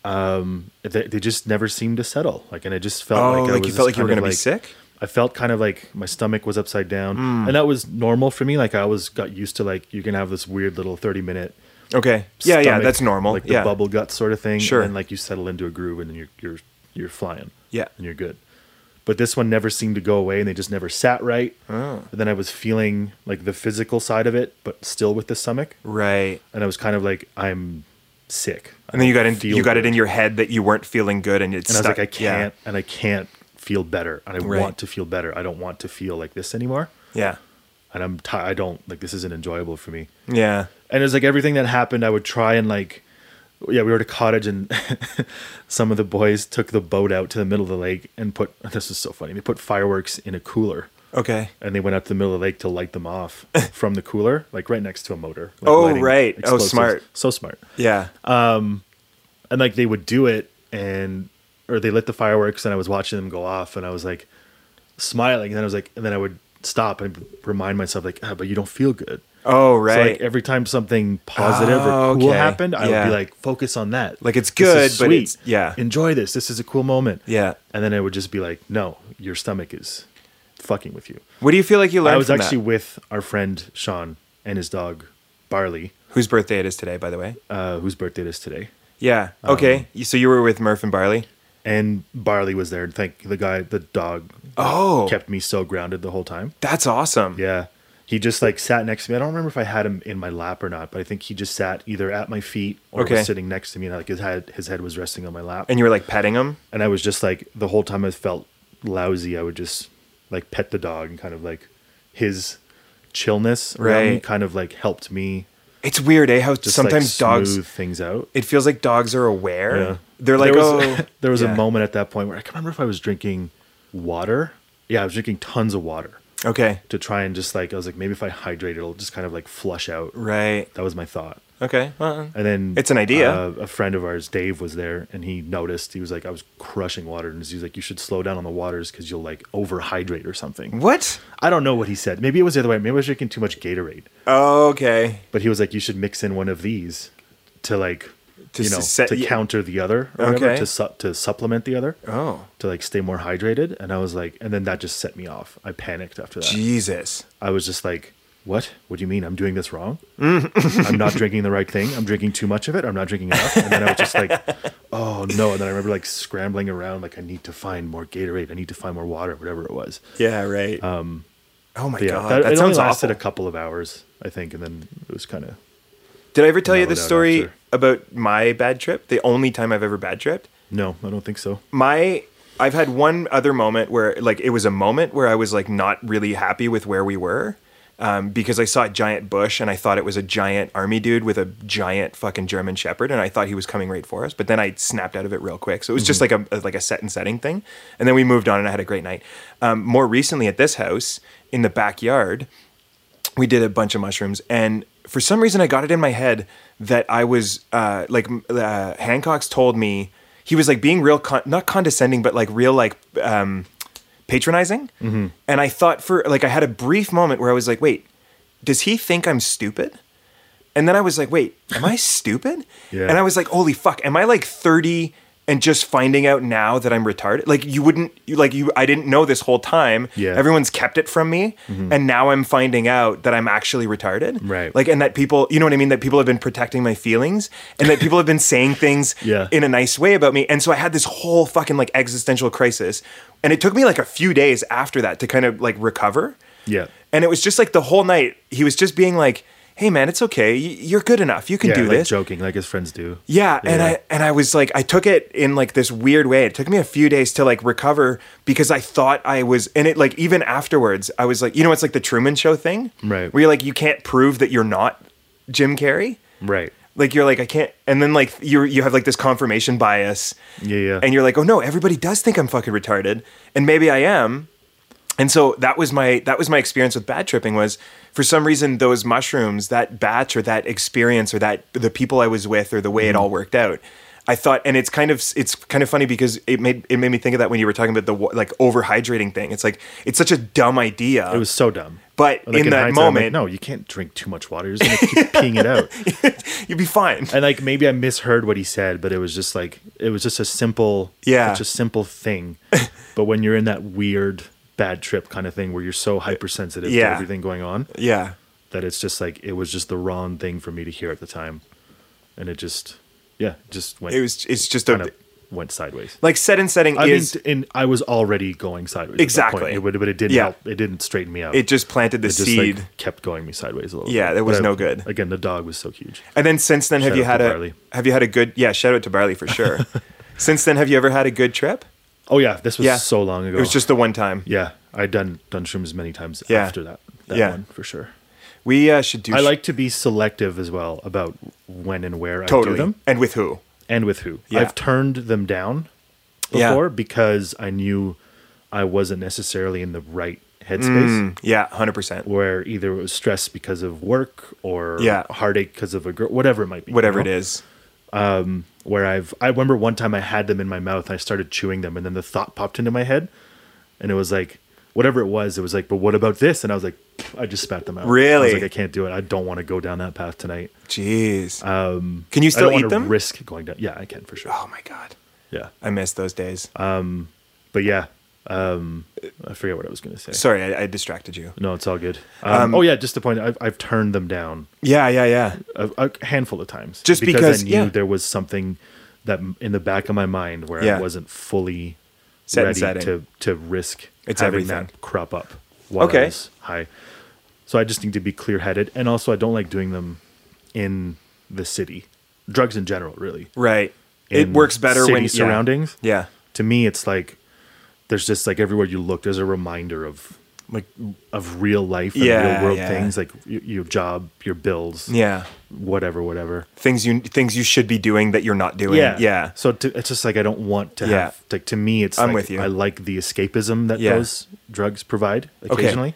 S5: um, they, they just never seemed to settle. Like and I just felt
S4: Oh,
S5: like I
S4: like you
S5: was
S4: felt like
S5: just
S4: you were
S5: kind of,
S4: gonna be sick?
S5: I felt kind of like my stomach was upside down,
S4: Hmm.
S5: and that was normal for me. Like I always got used to like you can have this weird little thirty minute.
S4: Okay. Yeah, yeah,
S5: stomach,
S4: that's normal.
S5: Like the
S4: yeah.
S5: bubble gut sort of thing.
S4: Sure.
S5: And then, like you settle into a groove, and then you're you're you're flying.
S4: Yeah.
S5: And you're good. But this one never seemed to go away, and they just never sat right.
S4: Oh.
S5: And then I was feeling like the physical side of it, but still with the stomach,
S4: Right.
S5: and I was kind of like I'm sick. I
S4: And then you
S5: don't
S4: got in,
S5: feel
S4: you got it
S5: good.
S4: in your head that you weren't feeling good, and it's
S5: and I was
S4: stuck.
S5: like I
S4: Yeah.
S5: can't, and I can't feel better, and I
S4: Right.
S5: want to feel better. I don't want to feel like this anymore.
S4: Yeah.
S5: and I'm ti I don't like this isn't enjoyable for me.
S4: Yeah.
S5: And it was like everything that happened, I would try and like, yeah, we were at a cottage and [LAUGHS] some of the boys took the boat out to the middle of the lake and put this is so funny. They put fireworks in a cooler
S4: Okay.
S5: and they went out to the middle of the lake to light them
S4: [LAUGHS]
S5: off from the cooler, like right next to a motor. like
S4: Oh,
S5: lighting
S4: right. Oh,
S5: explosives.
S4: smart.
S5: So smart
S4: Yeah.
S5: Uh, and like they would do it and or they lit the fireworks and I was watching them go off and I was like smiling and then I was like and then I would stop and remind myself like ah, but you don't feel good.
S4: Oh,
S5: So
S4: right.
S5: like every time something positive
S4: Oh,
S5: or cool
S4: okay.
S5: happened, I
S4: Yeah.
S5: would be like focus on that.
S4: Like, it's
S5: This is
S4: good, but it's- yeah.
S5: Enjoy this. This is a cool moment.
S4: Yeah.
S5: And then I would just be like no, your stomach is fucking with you.
S4: what do you feel like you learned?
S5: I was
S4: from
S5: actually
S4: that?
S5: with our friend Sean and his dog Barley,
S4: whose birthday it is today, by the way.
S5: uh, whose birthday it is today.
S4: Yeah.
S5: Um,
S4: Okay. You so you were with Murph and Barley.
S5: and Barley was there. And thank the guy, the dog,
S4: Oh,
S5: kept me so grounded the whole time.
S4: that's awesome.
S5: Yeah, he just like sat next to me. I don't remember if I had him in my lap or not, but I think he just sat either at my feet or
S4: Okay.
S5: was sitting next to me, and like his head, his head was resting on my lap.
S4: And you were like petting him.
S5: and I was just like the whole time I felt lousy. I would just like pet the dog and kind of like his chillness around me
S4: Right.
S5: kind of like helped me
S4: It's weird, eh? How
S5: Just
S4: sometimes
S5: like,
S4: dogs.
S5: smooth things out.
S4: It feels like dogs are aware.
S5: Yeah.
S4: They're like,
S5: there was,
S4: oh,
S5: [LAUGHS] there was
S4: yeah.
S5: a moment at that point where I can't remember if I was drinking water. Yeah, I was drinking tons of water
S4: Okay,
S5: to try and just like I was like maybe if I hydrate it'll just kind of like flush out.
S4: right.
S5: That was my thought.
S4: Okay. Uh-uh.
S5: And then
S4: It's an idea.
S5: Uh, a friend of ours, Dave, was there and he noticed he was like I was crushing water and he was like you should slow down on the waters because you'll like overhydrate or something.
S4: What?
S5: I don't know what he said. Maybe it was the other way. Maybe I was drinking too much Gatorade.
S4: Okay.
S5: But he was like you should mix in one of these to like
S4: To
S5: you know
S4: s- set-
S5: to
S4: yeah.
S5: counter the other or whatever,
S4: Okay.
S5: to su- to supplement the other
S4: Oh,
S5: to like stay more hydrated and i was like and then that just set me off i panicked after that
S4: Jesus.
S5: i was just like what what do you mean i'm doing this wrong
S4: Mm. [LAUGHS]
S5: i'm not drinking the right thing i'm drinking too much of it i'm not drinking enough and then i was just
S4: [LAUGHS]
S5: like oh no and then i remember like scrambling around like i need to find more gatorade i need to find more water whatever it was
S4: Yeah. Right. Um. Oh my
S5: but yeah
S4: god,
S5: that,
S4: that,
S5: it
S4: sounds
S5: only lasted
S4: awful.
S5: a couple of hours i think and then it was kind of
S4: Did I ever tell
S5: No,
S4: you the
S5: no, no,
S4: story
S5: sure.
S4: about my bad trip? The only time I've ever bad tripped.
S5: no i don't think so
S4: my I've had one other moment where like it was a moment where I was like not really happy with where we were um, because I saw a giant bush and I thought it was a giant army dude with a giant fucking German Shepherd and I thought he was coming right for us but then I snapped out of it real quick so it was just like a, like a set and setting thing and then we moved on and I had a great night um, more recently at this house in the backyard we did a bunch of mushrooms and for some reason i got it in my head that i was uh, like m- uh, hancock's told me he was like being real con- not condescending but like real like um, patronizing and i thought for like i had a brief moment where i was like wait does he think i'm stupid and then i was like wait am i [LAUGHS] stupid
S5: Yeah.
S4: and i was like holy fuck am i like 30 and just finding out now that i'm retarded like you wouldn't you like you i didn't know this whole time
S5: Yeah. Mm-hmm.
S4: everyone everyone's kept it from me and now i'm finding out that i'm actually retarded
S5: Right.
S4: like and that people you know what i mean that people have been protecting my feelings and that people have been saying things
S5: [LAUGHS] Yeah.
S4: in a nice way about me and so i had this whole fucking like existential crisis and it took me like a few days after that to kind of like recover
S5: yeah
S4: and it was just like the whole night he was just being like hey man it's okay Y- you're good enough you can
S5: yeah
S4: do
S5: like
S4: this
S5: joking like his friends do
S4: yeah, and
S5: Yeah.
S4: I and I was like I took it in like this weird way. It took me a few days to like recover because I thought I was and it like even afterwards I was like you know it's like the Truman show thing.
S5: Right.
S4: Where you're like you can't prove that you're not Jim Carrey.
S5: right
S4: Like you're like I can't and then like you you have like this confirmation bias.
S5: Yeah, yeah.
S4: And you're like, "Oh no, everybody does think I'm fucking retarded." And maybe I am. And so that was my that was my experience with bad tripping was for some reason those mushrooms, that batch or that experience or that the people I was with or the way
S5: Mm-hmm.
S4: it all worked out. I thought and it's kind of it's kind of funny because it made it made me think of that when you were talking about the wa- like overhydrating thing. It's like it's such a dumb idea.
S5: it was so dumb
S4: but
S5: Like,
S4: in that
S5: hindsight, I'm like,
S4: moment,
S5: no you can't drink too much water you're just gonna keep peeing
S4: [LAUGHS]
S5: it
S4: [LAUGHS]
S5: out
S4: you'd be fine.
S5: and like maybe I misheard what he said, but it was just like it was just a simple,
S4: Yeah.
S5: such a
S4: [LAUGHS]
S5: simple thing. but when you're in that weird bad trip kind of thing where you're so hypersensitive
S4: Yeah.
S5: to everything going on,
S4: Yeah.
S5: that it's just like it was just the wrong thing for me to hear at the time, and it just, yeah, just went.
S4: It was it's just
S5: kind
S4: a
S5: of went sideways.
S4: like set and setting
S5: I
S4: is
S5: mean, and I was already going sideways. at that point.
S4: Exactly.
S5: It would, but it didn't
S4: Yeah.
S5: help. It didn't straighten me out.
S4: it just planted the
S5: It just,
S4: seed.
S5: like, kept going me sideways a little.
S4: Yeah,
S5: bit.
S4: that
S5: But
S4: was
S5: I-
S4: no good.
S5: Again, the dog was so huge.
S4: And then since then, have
S5: Shout
S4: you
S5: out
S4: had
S5: to
S4: a
S5: Barley.
S4: have you had a good yeah? Shout out to Barley for
S5: [LAUGHS]
S4: sure. since then, have you ever had a good trip?
S5: Oh yeah, this was
S4: Yeah,
S5: so long ago.
S4: It was just the one time.
S5: Yeah, I'd done done shrooms many times
S4: Yeah.
S5: after that. That
S4: Yeah.
S5: one for sure.
S4: We uh, should do.
S5: I
S4: sh-
S5: like to be selective as well about when and where I
S4: totally
S5: do them
S4: and with who?
S5: and with who.
S4: Yeah.
S5: I've turned them down
S4: Yeah.
S5: before because I knew I wasn't necessarily in the right headspace.
S4: Yeah, hundred percent.
S5: Where either it was stress because of work or
S4: Yeah.
S5: heartache because of a girl, whatever it might be. you
S4: Whatever it
S5: know?
S4: is.
S5: where I've I remember one time I had them in my mouth and I started chewing them and then the thought popped into my head and it was like whatever it was it was like but what about this and I was like I just spat them out. I
S4: Really?
S5: was like I can't do it. I don't want to go down that path tonight.
S4: Jeez. Um, Can you
S5: I
S4: still
S5: don't
S4: eat
S5: want to
S4: them?
S5: risk going down. Yeah, I can for sure.
S4: oh my god,
S5: Yeah.
S4: I miss those days.
S5: Uh, But yeah, um I forget what I was going to say.
S4: Sorry, I, I distracted you.
S5: no, it's all good. Um, oh yeah, just the point I've I've turned them down
S4: Yeah, yeah, yeah.
S5: a, a handful of times
S4: Just because-
S5: I knew
S4: yeah.
S5: there was something that m- in the back of my mind where
S4: Yeah.
S5: I wasn't fully
S4: Set and
S5: ready
S4: setting.
S5: to to risk
S4: It's
S5: having
S4: everything.
S5: that crop up while
S4: Okay.
S5: I was high. So I just need to be clear headed, and also I don't like doing them in the city. Drugs in general, really.
S4: Right. It
S5: In
S4: works better when
S5: city surroundings.
S4: Yeah.
S5: To me, it's like there's just like everywhere you look, there's a reminder of like of real life and
S4: Yeah,
S5: real world
S4: yeah.
S5: things, like y- your job, your bills,
S4: Yeah.
S5: whatever, whatever.
S4: Things you things you should be doing that you're not doing. Yeah.
S5: So to, it's just like I don't want to
S4: Yeah.
S5: have like to me it's
S4: I'm
S5: like,
S4: with you.
S5: I like the escapism that
S4: Yeah.
S5: those drugs provide occasionally.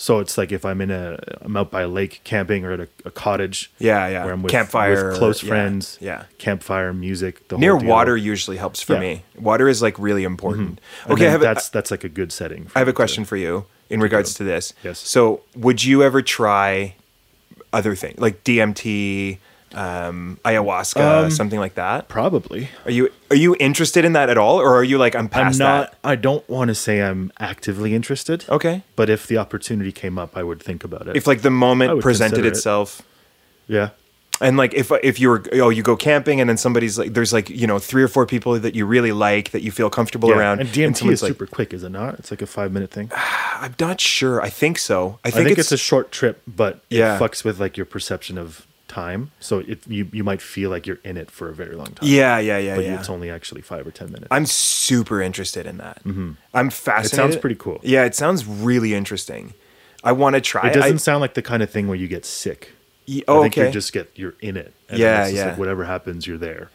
S5: So it's like if I'm in a I'm out by a lake camping or at a, a cottage.
S4: Yeah, yeah.
S5: Where I'm with,
S4: Campfire,
S5: with close
S4: yeah,
S5: friends.
S4: yeah.
S5: Campfire music. The whole
S4: Near
S5: deal.
S4: water usually helps for
S5: Yeah. Mm-hmm.
S4: me. Water is like really important.
S5: And
S4: Okay, I
S5: then
S4: have, a,
S5: that's that's like a good setting.
S4: I
S5: for
S4: have
S5: me
S4: a
S5: to-
S4: question for you in regards to this.
S5: Yes.
S4: So, would you ever try other things like DMT, um, ayahuasca, something like that?
S5: Probably.
S4: Are you are you interested in that at all, or are you like I'm
S5: I'm
S4: past
S5: not.
S4: that?
S5: I don't want to say I'm actively interested.
S4: Okay.
S5: But if the opportunity came up, I would think about it.
S4: If like the
S5: I
S4: moment
S5: would
S4: presented
S5: consider it.
S4: itself,
S5: yeah,
S4: and like if if you were oh you go camping and then somebody's like there's like you know three or four people that you really like that you feel comfortable
S5: Yeah.
S4: around
S5: and DMT
S4: someone's
S5: is
S4: like,
S5: super quick, is it not? It's like a five minute thing.
S4: I'm not sure. I think so. I
S5: I
S4: think,
S5: think it's, a short trip, but
S4: Yeah.
S5: it fucks with like your perception of time. So it you you might feel like you're in it for a very long time.
S4: yeah, yeah, yeah,
S5: but
S4: yeah.
S5: it's only actually five or ten minutes.
S4: I'm super interested in that. I'm fascinated.
S5: Mm-hmm. pretty cool.
S4: Yeah, it sounds really interesting. I want to try.
S5: it doesn't
S4: I,
S5: sound like the kind of thing where you get sick.
S4: y- oh,
S5: I think
S4: okay.
S5: you just get you're in it. And then
S4: Yeah,
S5: it's just
S4: yeah.
S5: Like whatever happens, you're there.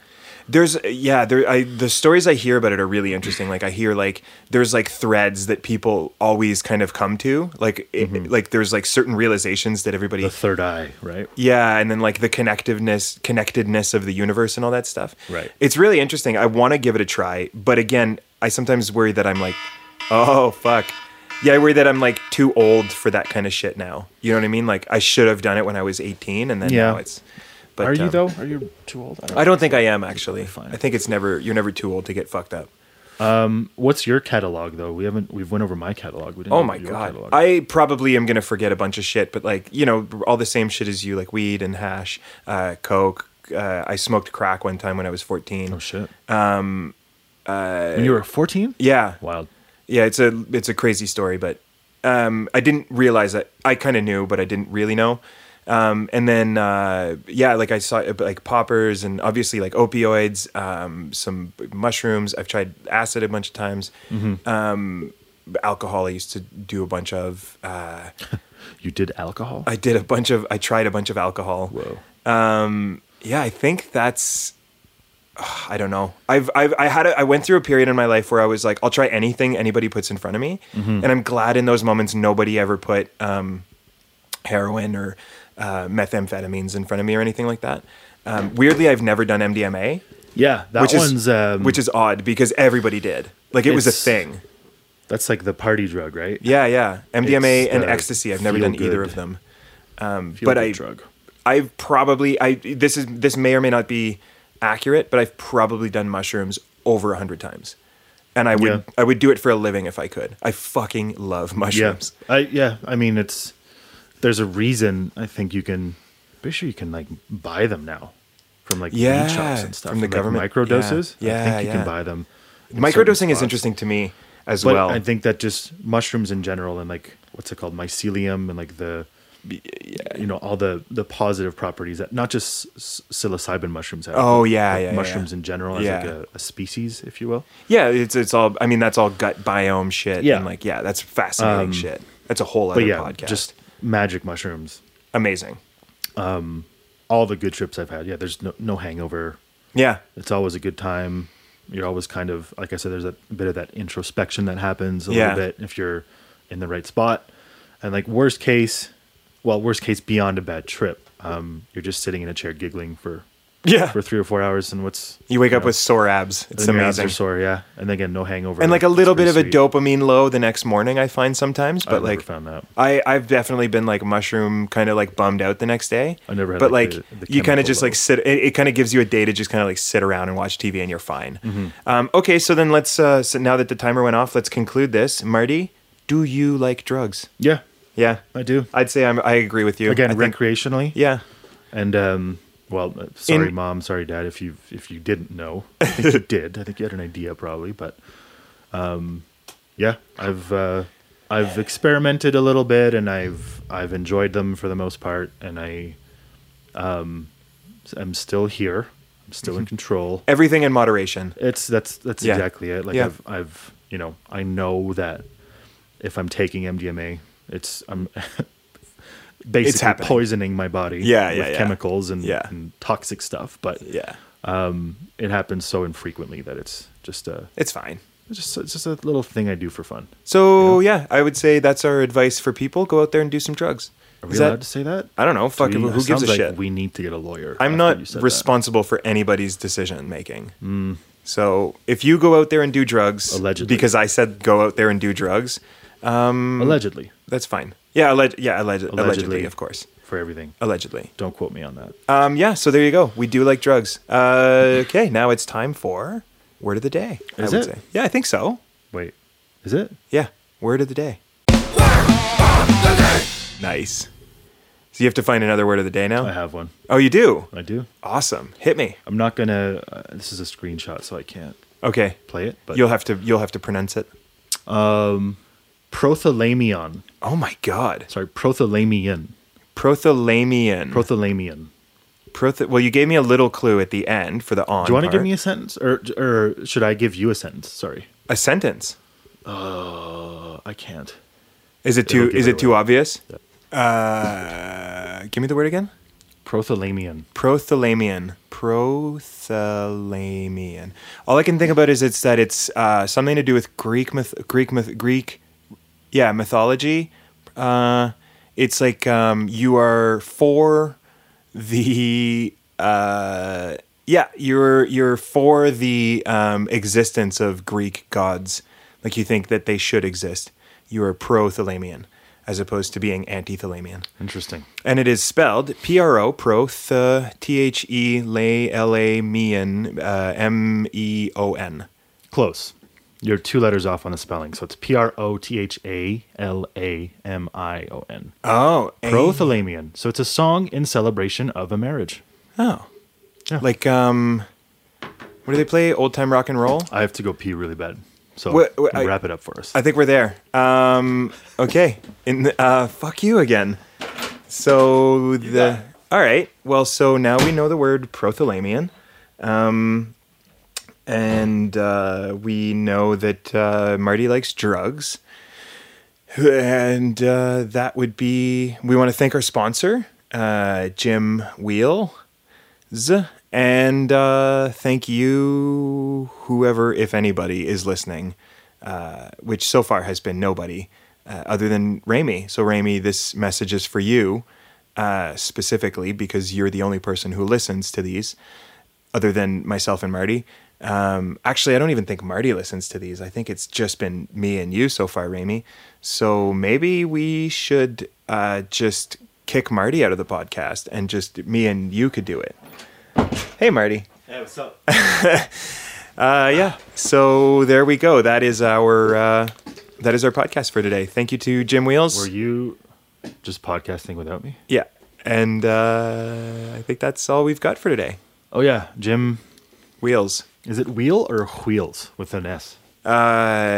S4: there's yeah there I the stories I hear about it are
S5: [CLEARS THROAT]
S4: really interesting. Like I hear like there's like threads that people always kind of come to. Like it, like there's like certain realizations that everybody
S5: Mm-hmm. The third eye, right?
S4: Yeah, and then like the connectiveness connectedness of the universe and all that stuff.
S5: Right.
S4: It's really interesting. I want to give it a try, but again, I sometimes worry that I'm like, oh fuck. Yeah, I worry that I'm like too old for that kind of shit now. You know what I mean? Like I should have done it when I was 18 and then
S5: Yeah.
S4: now it's but
S5: Are you
S4: um,
S5: though? Are you too old? I don't
S4: I don't think I am actually.
S5: fine.
S4: I think it's never you're never too old to get fucked up.
S5: What's your catalog though? We haven't we've went over my catalog. We didn't
S4: Oh
S5: go
S4: my
S5: over your
S4: god.
S5: catalog.
S4: I probably am going to forget a bunch of shit, but like, you know, all the same shit as you, like weed and hash, uh, coke. Uh, I smoked crack one time when I was 14.
S5: oh shit. Um, when you were 14.
S4: uh, Yeah.
S5: Wild.
S4: Yeah, it's a it's a crazy story, but um, I didn't realize that. I kind of knew, but I didn't really know. Um, and then uh, yeah, like I saw uh, like poppers and obviously like opioids, um, some mushrooms. I've tried acid a bunch of times. Um, alcohol I used to do a bunch of. Uh,
S5: You did alcohol.
S4: I did a bunch of. I tried a bunch of alcohol.
S5: Whoa.
S4: Yeah, I think that's. Ugh, I don't know. I've, I've I had a, I went through a period in my life where I was like, I'll try anything anybody puts in front of me,
S5: Mm-hmm.
S4: and I'm glad in those moments nobody ever put um, heroin or uh, methamphetamines in front of me or anything like that. Um, weirdly, I've never done MDMA,
S5: Yeah, that
S4: which
S5: one's
S4: is
S5: um,
S4: which is odd because everybody did. Like it was a
S5: It's-
S4: thing.
S5: that's like the party drug, right?
S4: Yeah, yeah. MDMA
S5: It's,
S4: and
S5: uh,
S4: ecstasy. I've never
S5: feel
S4: done either of
S5: good.
S4: them.
S5: Feel
S4: but
S5: good
S4: I-
S5: drug.
S4: I've probably I this is this may or may not be accurate, but I've probably done mushrooms over a hundred times, and I would
S5: Yeah.
S4: I would do it for a living if I could. I fucking love
S5: Yeah,
S4: mushrooms.
S5: I yeah. I mean, it's there's a reason. I think you can. Pretty sure you can like buy them now from like
S4: Yeah,
S5: weed shops and stuff
S4: from the
S5: like,
S4: government.
S5: microdoses.
S4: Yeah,
S5: I
S4: yeah,
S5: think you
S4: yeah.
S5: can buy them. in certain
S4: Microdosing is
S5: spots.
S4: interesting to me as
S5: but
S4: well.
S5: I think that just mushrooms in general and like what's it called mycelium and like the you know all the the positive properties that not just s- psilocybin mushrooms have.
S4: Oh,
S5: but,
S4: yeah,
S5: like,
S4: yeah,
S5: mushrooms
S4: yeah.
S5: in general as like
S4: Yeah.
S5: a, a species, if you will.
S4: yeah, it's it's all I mean that's all gut biome shit.
S5: Yeah. Um,
S4: and like yeah, that's fascinating shit. That's a whole other
S5: But yeah,
S4: podcast.
S5: just magic mushrooms.
S4: amazing.
S5: all the good trips I've had. Yeah, there's no, no hangover.
S4: Yeah,
S5: It's always a good time. You're always kind of like I said. There's a bit of that introspection that happens a
S4: Yeah.
S5: little bit if you're in the right spot. And like worst case, well, worst case beyond a bad trip, um, you're just sitting in a chair giggling for
S4: yeah.
S5: for three or four hours, and what's
S4: You wake up
S5: know,
S4: with sore abs. It's
S5: then your abs
S4: amazing.
S5: are sore, yeah, and again no hangover
S4: and like a
S5: It's
S4: little bit
S5: pretty
S4: of a
S5: sweet.
S4: dopamine low the next morning i find sometimes but
S5: I've
S4: like
S5: never found that.
S4: i i've definitely been like mushroom kind of like bummed out the next day
S5: I never had,
S4: but like,
S5: like, the- the
S4: you kind of
S5: chemical
S4: just like
S5: low.
S4: sit it, it kind of gives you a day to just kind of like sit around and watch tv and you're fine
S5: Mm-hmm.
S4: um, okay so then let's uh so now that the timer went off let's conclude this marty do you like drugs
S5: Yeah,
S4: yeah
S5: I do.
S4: i'd say i'm i agree with you
S5: Again,
S4: I think-
S5: recreationally.
S4: yeah
S5: And um, well, uh, sorry,
S4: In-
S5: mom, sorry, dad, if you if you didn't know, I think you did. I think you had an idea probably, but um, yeah, I've uh, I've experimented a little bit, and I've I've enjoyed them for the most part, and I um, I'm still here. I'm still in control.
S4: everything in moderation
S5: It's that's that's
S4: Yeah.
S5: exactly it. Like
S4: Yeah.
S5: I've I've you know I know that if I'm taking MDMA. It's I'm [LAUGHS] basically
S4: happening.
S5: poisoning my body
S4: Yeah, yeah,
S5: with
S4: yeah.
S5: chemicals and,
S4: Yeah.
S5: and toxic stuff. But
S4: Yeah.
S5: it happens so infrequently that it's just a
S4: It's fine.
S5: it's just it's just a little thing I do for fun.
S4: So yeah, I would say that's our advice for people. Go out there and do some drugs.
S5: Are we
S4: Is
S5: allowed
S4: that-
S5: to say that?
S4: I don't know. Fuck,
S5: Do we-
S4: who
S5: it
S4: gives
S5: sounds
S4: a
S5: like
S4: shit?
S5: We need to get a lawyer.
S4: I'm
S5: after you
S4: not
S5: said that. Mm.
S4: responsible for anybody's decision making. So if you go out there and do drugs,
S5: Allegedly.
S4: because I said go out there and do drugs,
S5: allegedly
S4: that's fine. Yeah, alleg- yeah, alleg- allegedly,
S5: Allegedly.
S4: of course,
S5: for everything.
S4: allegedly.
S5: Don't quote me on that.
S4: Um, yeah, so there you go. We do like drugs. Uh, okay, now it's time for word of the day. I
S5: Is
S4: would
S5: it?
S4: say. Yeah, I think so.
S5: Wait, is it?
S4: Yeah, word of the day. Nice. So you have to find another word of the day now.
S5: I have one.
S4: Oh, you do.
S5: I do.
S4: Awesome. Hit me.
S5: I'm not gonna. Uh, this is a screenshot, so I can't
S4: Okay.
S5: play it. But
S4: You'll have to. You'll have to pronounce it.
S5: prothalamion.
S4: Oh my God.
S5: Sorry, prothalamion.
S4: Prothalamion.
S5: Prothalamion.
S4: Proth- well, you gave me a little clue at the end for the on.
S5: Do you want to
S4: part.
S5: give me a sentence, or or should I give you a sentence? Sorry,
S4: a sentence?
S5: Uh, I can't.
S4: Is it
S5: It'll
S4: too?
S5: give
S4: Is
S5: it
S4: it too obvious? Uh, give me the word again.
S5: Prothalamion.
S4: Prothalamion. Prothalamion. All I can think about is it's that it's uh, something to do with Greek myth, Greek myth, Greek, yeah, mythology. Uh, it's like um, you are for the uh, yeah, you're you're for the um, existence of Greek gods. Like you think that they should exist. You are prothalamion as opposed to being anti-thalamion
S5: Interesting.
S4: and it is spelled P R O pro th T H E L A L A M E N uh, M E O N.
S5: Close. You're two letters off on the spelling, so it's P R O T H A L A M I O N.
S4: Oh, pro
S5: Prothalamion. So it's a song in celebration of a marriage.
S4: oh,
S5: Yeah.
S4: like um, what do they play? Old time rock and roll.
S5: I have to go pee really bad, so
S4: Wait, wait, I-
S5: wrap it up for us.
S4: I think we're there. Um, okay. In the, uh, fuck you again. So the all right. Well, so now we know the word prothalamion, um, and uh, we know that uh, Marty likes drugs, and uh, that would be. We want to thank our sponsor, uh, Jim Wheel. Z. And uh, thank you, whoever, if anybody, is listening, uh, which so far has been nobody uh, other than Raimi. So, Raimi, this message is for you uh, specifically because you're the only person who listens to these other than myself and Marty. Um, actually, I don't even think Marty listens to these. I think it's just been me and you so far, Raimi. So maybe we should uh, just kick Marty out of the podcast and just me and you could do it. Hey, Marty.
S5: Hey,
S4: [LAUGHS]
S5: what's up?
S4: Uh, yeah. So there we go. That is our uh, that is our podcast for today. Thank you to Jim
S5: Were
S4: Wheels.
S5: you just podcasting without me?
S4: Yeah, and uh, I think that's all we've got for today.
S5: Oh yeah, Jim.
S4: Wheels.
S5: Is it wheel or wheels with an S?
S4: Uh,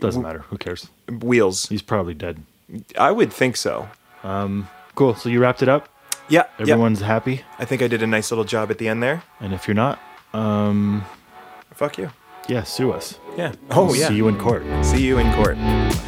S5: Doesn't matter. Who cares?
S4: wheels.
S5: He's probably dead.
S4: I would think so.
S5: Cool. So you wrapped it up.
S4: Yeah. yeah.
S5: Everyone's happy.
S4: I think I did a nice little job at the end there.
S5: And if you're not, um,
S4: Fuck you.
S5: yeah, sue us.
S4: Yeah. Oh,
S5: We'll
S4: yeah.
S5: See you in court.
S4: See you in court.